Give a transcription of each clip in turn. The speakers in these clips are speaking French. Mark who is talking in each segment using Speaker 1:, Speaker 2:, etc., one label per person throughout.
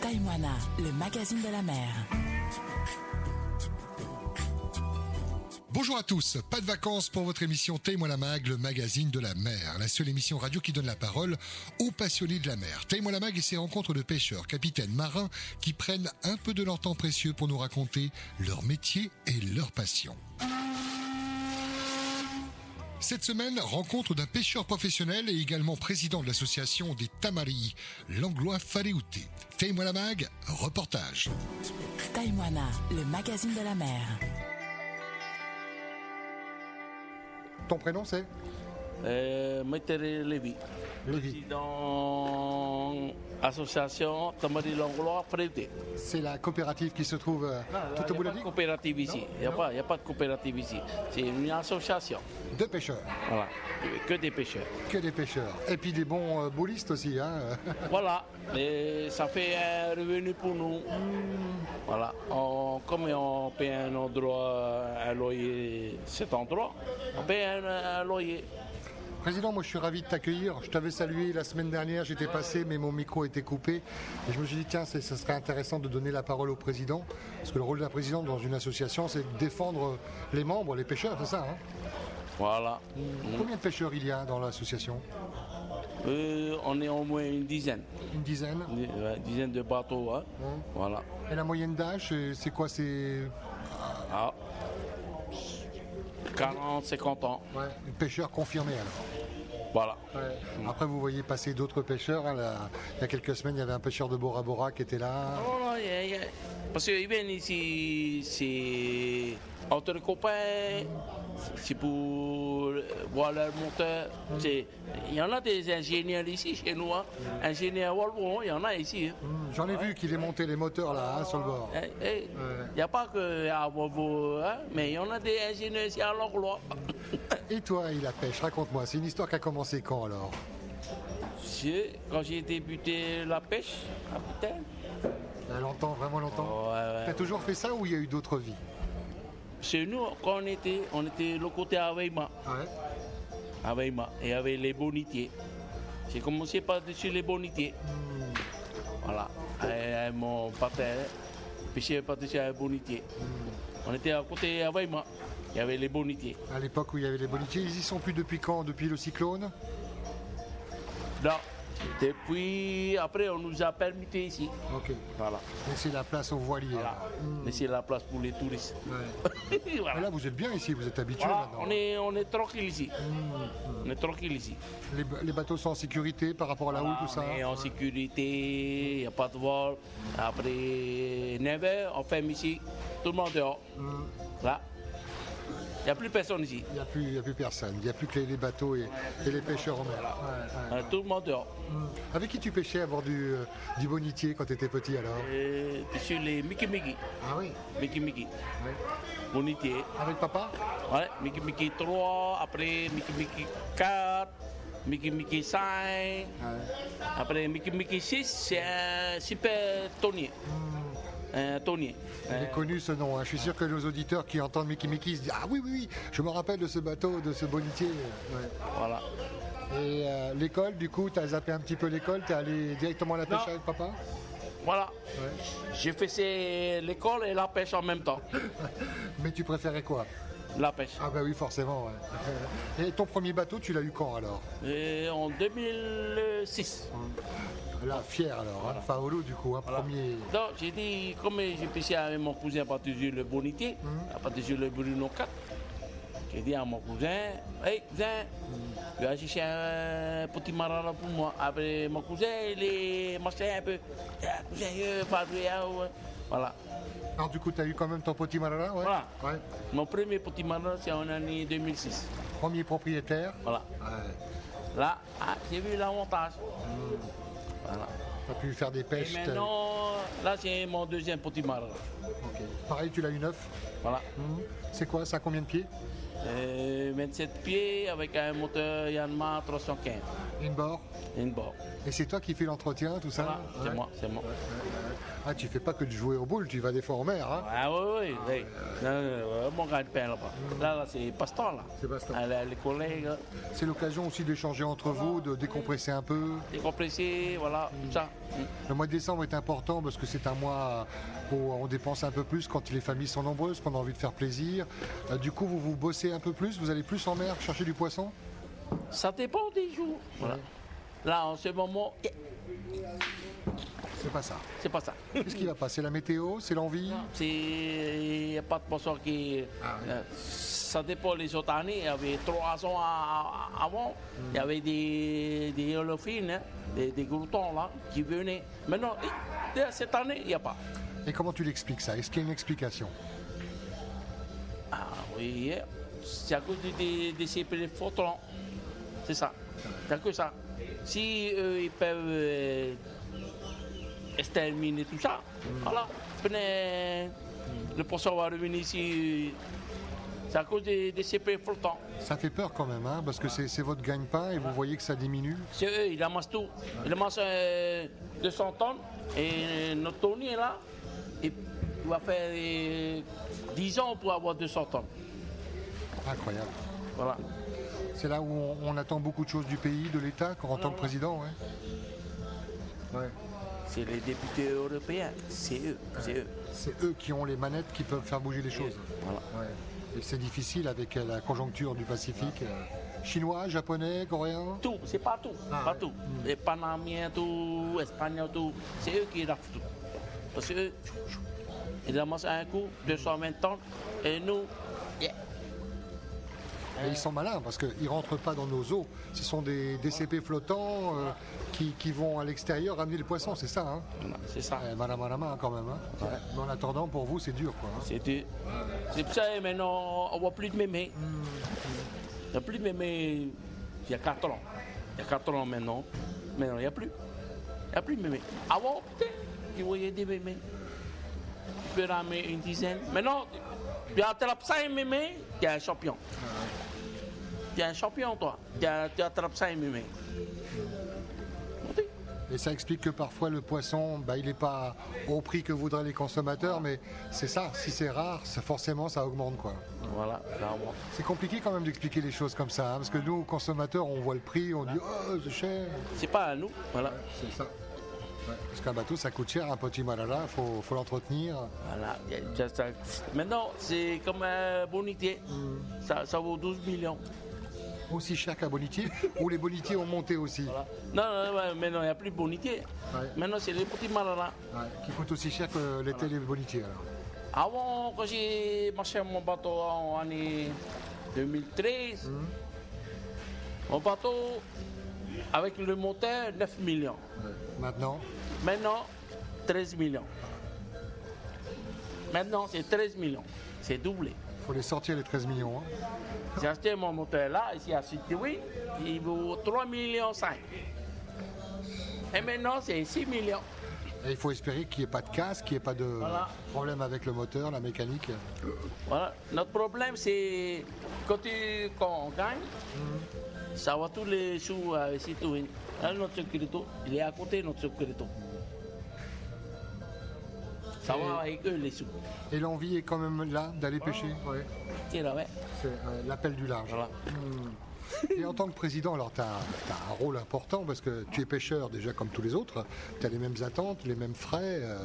Speaker 1: Taïmoana, le magazine de la mer.
Speaker 2: Bonjour à tous, pas de vacances pour votre émission Témoin la Mag, le magazine de la mer, la seule émission radio qui donne la parole aux passionnés de la mer. Témoin la Mag et ses rencontres de pêcheurs, capitaines, marins qui prennent un peu de leur temps précieux pour nous raconter leur métier et leur passion. Cette semaine, rencontre d'un pêcheur professionnel et également président de l'association des Tamaris, l'anglois Faréouté. Témoin la Mag, reportage.
Speaker 1: Taïmoana, le magazine de la mer.
Speaker 2: Ton prénom c'est
Speaker 3: Euh, Maître Lévy, président association Tamari Langlois Frédéric.
Speaker 2: C'est la coopérative qui se trouve euh, tout au bout de la
Speaker 3: Il n'y Ah, a pas de
Speaker 2: ligne
Speaker 3: coopérative ici. Il n'y a, pas- il y a pas de coopérative ici. C'est une association.
Speaker 2: de pêcheurs.
Speaker 3: Voilà. Que des pêcheurs.
Speaker 2: Que des pêcheurs. Et puis des bons euh, boulistes aussi. Hein.
Speaker 3: Voilà. Et ça fait un revenu pour nous. Voilà. On- comme on paie un endroit, un loyer, cet endroit, on paie un, un loyer.
Speaker 2: Président, moi je suis ravi de t'accueillir. Je t'avais salué la semaine dernière, j'étais passé, mais mon micro était coupé. Et je me suis dit, tiens, c'est- ce serait intéressant de donner la parole au président. Parce que le rôle de la présidente dans une association, c'est de défendre les membres, les pêcheurs, c'est ça. hein
Speaker 3: Voilà.
Speaker 2: Combien de pêcheurs il y a dans l'association
Speaker 3: Euh, on est au moins une dizaine.
Speaker 2: Une dizaine.
Speaker 3: Une dizaine de bateaux. hein.
Speaker 2: Mm.
Speaker 3: Voilà.
Speaker 2: Et la moyenne d'âge, c'est- c'est quoi C'est
Speaker 3: Ah. 40, 50 ans.
Speaker 2: ouais, pêcheur confirmé alors
Speaker 3: Voilà.
Speaker 2: Ouais. Après, vous voyez passer d'autres pêcheurs. hein, là. Il y a quelques semaines, il y avait un pêcheur de Bora Bora qui était là.
Speaker 3: Oh, Non, non, il y a- il y a- Parce qu'ils viennent ici, c'est entre copains, c'est pour voir leur monteur. C'est- Il y en a des ingénieurs ici chez nous, hein. ingénieurs Volvo, il y en a ici. hein.
Speaker 2: Hmm, J'en ai vu qu'il est monté les moteurs là, hein, sur le bord.
Speaker 3: Eh, eh, Il n'y a pas que à Volvo, hein, mais il y en a des ingénieurs ici à l'Orlois.
Speaker 2: Et toi, il la pêche, raconte-moi. C'est une histoire qui a commencé quand alors
Speaker 3: J'ai- Quand j'ai débuté la pêche, ah, putain,
Speaker 2: Il y a longtemps, vraiment longtemps.
Speaker 3: ouais, ouais.
Speaker 2: T'as toujours fait ça ou il y a eu d'autres vies
Speaker 3: Chez nous, quand on était, on était le côté à Weimar,
Speaker 2: Ouais.
Speaker 3: à Weimar, et avec les bonitiers. J'ai commencé par-dessus les bonitiers. Voilà. Et, et mon père pêchait par-dessus les bonitiers. On était à côté à Weimar, il y avait les bonitiers.
Speaker 2: À l'époque où il y avait les bonitiers, ils y sont plus depuis quand Depuis le cyclone
Speaker 3: Là, depuis, après, on nous a permis ici.
Speaker 2: Ok.
Speaker 3: Voilà.
Speaker 2: Mais c'est la place aux voiliers.
Speaker 3: voilà.
Speaker 2: là.
Speaker 3: Laisser la place pour les touristes.
Speaker 2: Ouais.
Speaker 3: Voilà.
Speaker 2: Mais Là, vous êtes bien ici, vous êtes habitué
Speaker 3: Voilà,
Speaker 2: maintenant.
Speaker 3: on est, on est tranquille ici. On est tranquille ici.
Speaker 2: Les, les bateaux sont en sécurité par rapport à la houle, tout ça hein.
Speaker 3: on est en sécurité, il n'y a pas de vol. Après 9h, on ferme ici, tout le monde dehors.
Speaker 2: Mm.
Speaker 3: Là, il n'y a plus personne ici.
Speaker 2: Il n'y a, plus- il y a plus personne, il n'y a plus que les, les bateaux et, et les pêcheurs en mer. Ouais, ouais.
Speaker 3: Hein, Tout le monde dehors.
Speaker 2: Mm. Avec qui tu pêchais à bord du, euh, du bonitier quand tu étais petit alors
Speaker 3: Et puis sur les Mickey Mickey,
Speaker 2: Ah oui.
Speaker 3: Mickey Mickey, Bonitier.
Speaker 2: Avec papa
Speaker 3: Ouais, Mickey Mickey 3, après Mickey Mickey 4, Mickey Mickey 5, après Mickey Mickey 6, c'est un super tonnier.
Speaker 2: Mm.
Speaker 3: Un tonnier.
Speaker 2: Il est connu ce nom. hein. Je suis sûr que nos auditeurs qui entendent Mickey Mickey se disent Ah oui, oui, oui, je me rappelle de ce bateau, de ce bonitier. Ouais.
Speaker 3: Voilà.
Speaker 2: Et euh, l'école, du coup, tu as zappé un petit peu l'école, tu es allé directement à la pêche
Speaker 3: Non.
Speaker 2: avec papa
Speaker 3: Voilà.
Speaker 2: Ouais.
Speaker 3: J'ai fait c'est l'école et la pêche en même temps.
Speaker 2: Mais tu préférais quoi
Speaker 3: La pêche.
Speaker 2: Ah bah oui, forcément. ouais. Et ton premier bateau, tu l'as eu quand alors
Speaker 3: Et en 2006.
Speaker 2: Là, fier alors. hein. Paolo, du coup, un premier.
Speaker 3: Donc j'ai dit, comme j'ai pêché avec mon cousin à partir du le Bonité, à partir du le Bruno 4, j'ai dit à mon cousin, hey cousin, tu vas chercher un petit marin là pour moi. Après mon cousin, il est marché un peu. Ah, cousin, euh, pas de- ah, ouais. Voilà.
Speaker 2: Alors, du coup, tu as eu quand même ton petit malala ouais.
Speaker 3: Voilà.
Speaker 2: Ouais.
Speaker 3: Mon premier petit marin, c'est en année 2006.
Speaker 2: Premier propriétaire.
Speaker 3: Voilà.
Speaker 2: Ouais.
Speaker 3: Là, ah, j'ai vu l'avantage.
Speaker 2: Hmm.
Speaker 3: Voilà.
Speaker 2: T'as pu faire des
Speaker 3: Et
Speaker 2: pêches. t'as-
Speaker 3: maintenant, là, c'est mon deuxième petit marin.
Speaker 2: Ok. Pareil, tu l'as eu neuf.
Speaker 3: Voilà.
Speaker 2: Hmm. C'est quoi Ça a combien de pieds
Speaker 3: Euh, 27 pieds avec un moteur Yanmar 315.
Speaker 2: Une barre.
Speaker 3: une barre.
Speaker 2: Et c'est toi qui fais l'entretien, tout ça
Speaker 3: Voilà, c'est
Speaker 2: Ah, Ouais.
Speaker 3: moi, c'est moi.
Speaker 2: Ah, tu fais pas que de jouer au boule, tu vas des fois en mer. Hein
Speaker 3: Ah oui, oui, oui. Non, non, non, vraiment, on gagne pain là-bas. Là, là, c'est passe-temps, là.
Speaker 2: Hmm. C'est passe-temps.
Speaker 3: Ah, là, les collègues,
Speaker 2: C'est l'occasion aussi d'échanger entre vous, de décompresser un peu.
Speaker 3: décompressés, voilà, tout ça.
Speaker 2: Le mois de décembre est important parce que c'est un mois où on dépense un peu plus quand les familles sont nombreuses, qu'on a envie de faire plaisir. Euh, Du coup, vous vous bossez un peu plus, vous allez plus en mer chercher du poisson
Speaker 3: Ça dépend des jours. Voilà. Là, en ce moment, eh,
Speaker 2: C'est pas ça.
Speaker 3: c'est pas ça.
Speaker 2: Qu'est-ce qui va pas C'est la météo C'est l'envie
Speaker 3: C'est- Il n'y a pas de poisson qui. euh, ça dépend les autres années. Il y avait trois ans à- à- avant, il y avait des, des olofines, hein, des, des gloutons là, qui venaient. Maintenant, eh, dès cette année, il n'y a pas.
Speaker 2: Et comment tu l'expliques ça Est-ce qu'il y a une explication
Speaker 3: Ah oui, eh, c'est à cause de, de- de ces petits photons. C'est ça. C'est que ça. Si eux, ils peuvent euh, exterminer tout ça, voilà. Prenez- Le poisson va revenir ici. euh, C'est à cause de, de ces petits flottants.
Speaker 2: Ça fait peur quand même, hein, parce que c'est c'est votre gagne-pain et vous voyez que ça diminue.
Speaker 3: C'est eux, ils amassent tout. Ils amassent euh, 200 tonnes et euh, notre tonnier là, il va faire euh, 10 ans pour avoir 200 tonnes.
Speaker 2: Incroyable.
Speaker 3: Voilà.
Speaker 2: C'est là où on, on attend beaucoup de choses du pays, de l'État, quand en tant que président. Ouais. Ouais.
Speaker 3: C'est les députés européens, c'est eux, c'est eux.
Speaker 2: C'est eux qui ont les manettes qui peuvent faire bouger les choses.
Speaker 3: Voilà.
Speaker 2: Ouais. Et c'est difficile avec euh, la conjoncture du Pacifique. euh, Chinois, japonais, coréen.
Speaker 3: Tout, c'est partout,
Speaker 2: Ah,
Speaker 3: partout. Les Panamiens, tout, Espagnols, tout, c'est eux qui raflent tout. Parce que eux, ils ramassent un coup, 220 tonnes, et nous, yeah.
Speaker 2: Et ils sont malins parce qu'ils ne rentrent pas dans nos eaux. Ce sont des DCP flottants euh, qui, qui vont à l'extérieur ramener le poisson, c'est ça. Hein
Speaker 3: Voilà, c'est ça.
Speaker 2: Eh, Madame madame, hein, quand même. hein. Mais en attendant, pour vous, c'est dur. Quoi, hein.
Speaker 3: C'est eux. C'est pour ça que maintenant, on voit plus de mémé. Il n'y a plus de mémé il y a 4 ans. Il y a 4 ans maintenant. Maintenant, il n'y a plus. Il n'y a plus de mémé. Avant, peut-être, tu voyais des mémés. Tu peux ramener une dizaine. Maintenant, tu attrapes 5 mémés, tu es un champion. Tu es un champion, toi. Tu as- Tu attrapes 5 mémés.
Speaker 2: Et ça explique que parfois le poisson, bah, il n'est pas au prix que voudraient les consommateurs, mais c'est ça, si c'est rare, ça, forcément ça augmente. quoi.
Speaker 3: Voilà, là, on-
Speaker 2: C'est compliqué quand même d'expliquer les choses comme ça, hein, parce que nous, consommateurs, on voit le prix, on dit oh, c'est cher.
Speaker 3: c'est pas à nous. Voilà.
Speaker 2: C'est ça. Parce qu'un bateau, ça coûte cher, un petit malala, il faut, faut l'entretenir.
Speaker 3: Voilà. y a- ça- ça- Maintenant, c'est comme un bonité. Ça, ça vaut 12 millions.
Speaker 2: Aussi cher qu'un bonitier, ou les bonitiers ont monté aussi,
Speaker 3: Voilà. Non, non, non, maintenant, il n'y a plus de bonité.
Speaker 2: Ouais.
Speaker 3: Maintenant, c'est les petits malins.
Speaker 2: Ouais, qui coûtent aussi cher que l'étaient les bonitiers. alors.
Speaker 3: Avant, quand j'ai marché mon bateau en année 2013, mon bateau, avec le moteur, 9 millions.
Speaker 2: Maintenant,
Speaker 3: Maintenant, 13 millions. Maintenant, c'est 13 millions. C'est doublé.
Speaker 2: il faut les sortir les 13 millions. hein.
Speaker 3: J'ai acheté mon moteur là, ici à Sud-Kiwi, il vaut 3 millions 5. Et maintenant, c'est 6 millions.
Speaker 2: Et il faut espérer qu'il n'y ait pas de casse, qu'il n'y ait pas de
Speaker 3: Voilà.
Speaker 2: problème avec le moteur, la mécanique.
Speaker 3: Voilà. Notre problème, c'est quand, tu- quand on gagne, ça va tous les sous à Sud-Kiwi. Là, notre sécurité, il est à côté, notre sécurité. Ça va avec eux, les sous.
Speaker 2: Et l'envie est quand même là d'aller pêcher. Ouais.
Speaker 3: Tiens, là, ouais.
Speaker 2: C'est euh, l'appel du large.
Speaker 3: Voilà.
Speaker 2: Et en tant que président, alors tu as, un rôle important parce que tu es pêcheur déjà comme tous les autres, tu as les mêmes attentes, les mêmes frais. euh,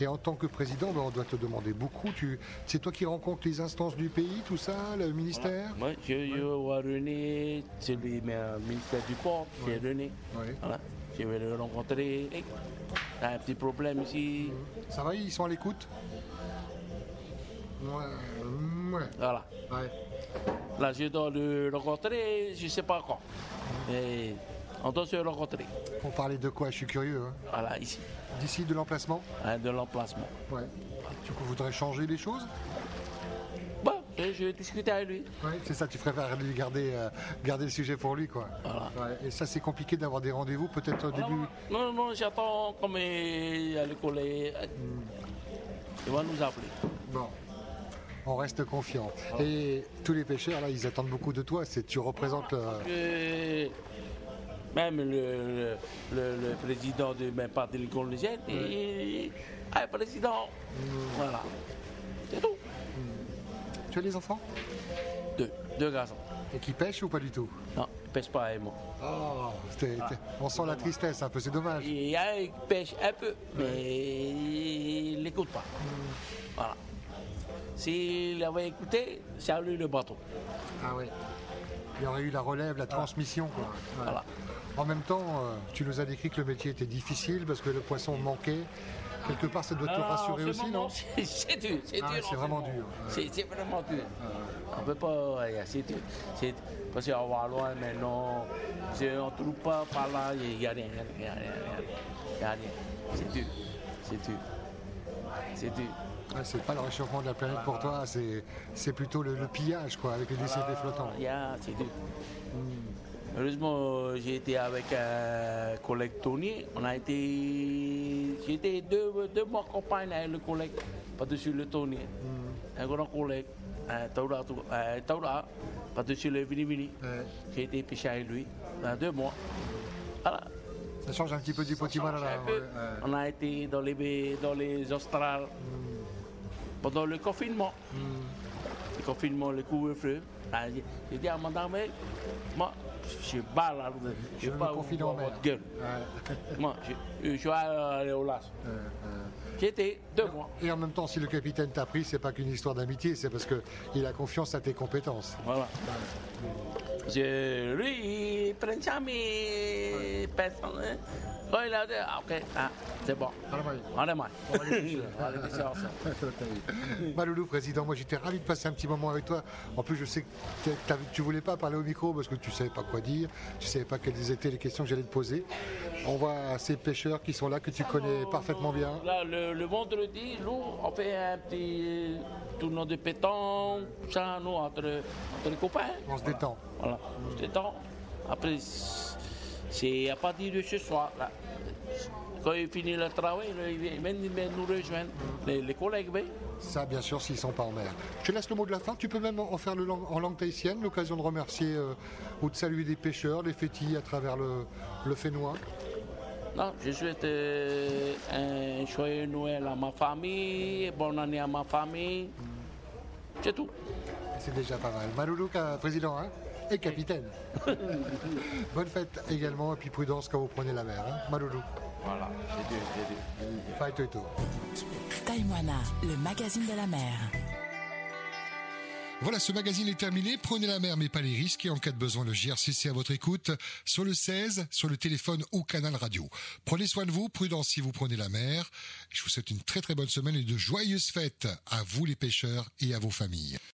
Speaker 2: et en tant que président, ben, on doit te demander beaucoup. Tu, c'est toi qui rencontres les instances du pays, tout ça, le ministère
Speaker 3: Moi, je, je vois René, c'est le ministère du Port, c'est René.
Speaker 2: Ouais.
Speaker 3: Voilà. Je vais le rencontrer. Hey, t'as un petit problème ici.
Speaker 2: Ça va, ils sont à l'écoute Ouais.
Speaker 3: Voilà.
Speaker 2: Ouais.
Speaker 3: Là, je dois le rencontrer, je ne sais pas quand. Et on doit se rencontrer.
Speaker 2: Pour parler de quoi Je suis curieux. hein.
Speaker 3: Voilà, ici,
Speaker 2: D'ici de l'emplacement
Speaker 3: hein, de l'emplacement.
Speaker 2: Ouais. Tu voudrais changer les choses
Speaker 3: Bon, je, je vais discuter avec lui.
Speaker 2: Ouais, c'est ça, tu préfères lui garder, euh, garder le sujet pour lui, quoi. Ouais, et ça, c'est compliqué d'avoir des rendez-vous, peut-être au début.
Speaker 3: Non, non, non, j'attends comme il y a le collègue.
Speaker 2: Hmm.
Speaker 3: Il va nous appeler.
Speaker 2: Bon. On reste confiant. Ah. Et tous les pêcheurs, là, ils attendent beaucoup de toi. C'est, tu représentes. euh,
Speaker 3: Euh, Même le, le, le- le président de même parti de Congolais, il- il- ah, président.
Speaker 2: Hmm.
Speaker 3: Voilà. C'est tout.
Speaker 2: Tu as des enfants
Speaker 3: Deux. Deux garçons.
Speaker 2: Et qui pêchent ou pas du tout
Speaker 3: Non, ils pêchent pas avec moi.
Speaker 2: Oh, t'es- t'es- on sent la tristesse un peu, c'est dommage.
Speaker 3: Il y a, ils pêchent un peu, mais ils n'écoutent pas. Voilà. S'il avait écouté, ça lui le bateau.
Speaker 2: Ah ouais. Il y aurait eu la relève, la transmission. quoi. Ouais.
Speaker 3: Voilà.
Speaker 2: En même temps, euh, tu nous as décrit que le métier était difficile parce que le poisson manquait. Quelque part, ça doit te
Speaker 3: Non, non,
Speaker 2: rassurer
Speaker 3: en ce
Speaker 2: aussi,
Speaker 3: moment,
Speaker 2: non
Speaker 3: c'est- C'est dur, c'est
Speaker 2: Ah,
Speaker 3: dur.
Speaker 2: c'est
Speaker 3: en ce
Speaker 2: vraiment
Speaker 3: moment.
Speaker 2: dur, ouais.
Speaker 3: C'est c'est vraiment dur. On peut pas, ouais, c'est dur. C'est- Parce qu'on va loin maintenant, C'est- on ne trouve pas par là, il n'y a rien, il n'y a rien, il n'y a rien. C'est dur, c'est dur, c'est dur.
Speaker 2: Ouais, Ah, C'est pas le réchauffement de la planète pour toi, c'est c'est plutôt le, le pillage, quoi, avec les déchets flottants.
Speaker 3: Yeah, c'est dur. Hmm. Heureusement, j'ai été avec un collègue Tony. On a été. J'étais deux, deux mois compagne avec le collègue, par-dessus le Tony. Un grand collègue, euh, un Taura, un Taura, par-dessus le Vini Vini.
Speaker 2: Ouais.
Speaker 3: J'ai été pêché avec lui dans deux mois. Voilà.
Speaker 2: Ça change un petit peu du potimarra.
Speaker 3: J'ai
Speaker 2: là,
Speaker 3: un
Speaker 2: ouais,
Speaker 3: peu-
Speaker 2: ouais. Hmm.
Speaker 3: On a été dans les, baies- dans les australes pendant le confinement.
Speaker 2: Hmm.
Speaker 3: Le confinement, le couvre-feu. Ah, J'ai j'ai dit à madame, mais moi, je bats là.
Speaker 2: Je me confie en
Speaker 3: voir
Speaker 2: mer.
Speaker 3: votre gueule.
Speaker 2: Ouais.
Speaker 3: Moi, je, je suis allé au LAS.
Speaker 2: Euh, euh.
Speaker 3: J'étais deux mois.
Speaker 2: Et en même temps, si le capitaine t'a pris, c'est pas qu'une histoire d'amitié, c'est parce qu'il a confiance à tes compétences.
Speaker 3: Voilà. Je, lui, il prend jamais personne. hein. Quand il a dit, ah, ok, ah, c'est bon. On est mal. On va les pêcher, on va les pêcher ensemble.
Speaker 2: Maloulou, président, moi j'étais ravi de passer un petit moment avec toi. En plus, je sais que t'as- t'as- tu voulais pas parler au micro parce que tu savais pas quoi dire, tu savais pas quelles étaient les questions que j'allais te poser. On voit ces pêcheurs qui sont là, que tu connais parfaitement bien.
Speaker 3: Là, le, le vendredi, nous, on fait un petit tournoi de pétanque, ça, nous, entre, entre les copains.
Speaker 2: On se détend.
Speaker 3: Voilà, on se détend. Après, c'est à partir de ce soir, là. Quand il finit le travail, là, il vient- il vient- il vient nous rejoindre, les, les collègues, oui.
Speaker 2: Ça, bien sûr, s'ils sont pas en mer. Je te laisse le mot de la fin. Tu peux même en en faire le lang- en langue tahitienne, l'occasion de remercier euh, ou de saluer les pêcheurs, les fétis à travers le, le Fénois.
Speaker 3: Non, je souhaite euh, un joyeux Noël à ma famille, bonne année à ma famille. C'est tout.
Speaker 2: C'est déjà pas mal. Maloulou, ca- président, hein, et capitaine. Bonne fête également, et puis prudence quand vous prenez la mer. Hein. Maloulou,
Speaker 3: Voilà, c'est Dieu, c'est Dieu.
Speaker 2: fight et tout.
Speaker 1: Taïmoana, le magazine de la mer.
Speaker 2: Voilà, ce magazine est terminé. Prenez la mer, mais pas les risques. Et en cas de besoin, le JRCC à votre écoute, sur le 16, sur le téléphone ou canal radio. Prenez soin de vous, prudence si vous prenez la mer. Je vous souhaite une très très bonne semaine et de joyeuses fêtes à vous les pêcheurs et à vos familles.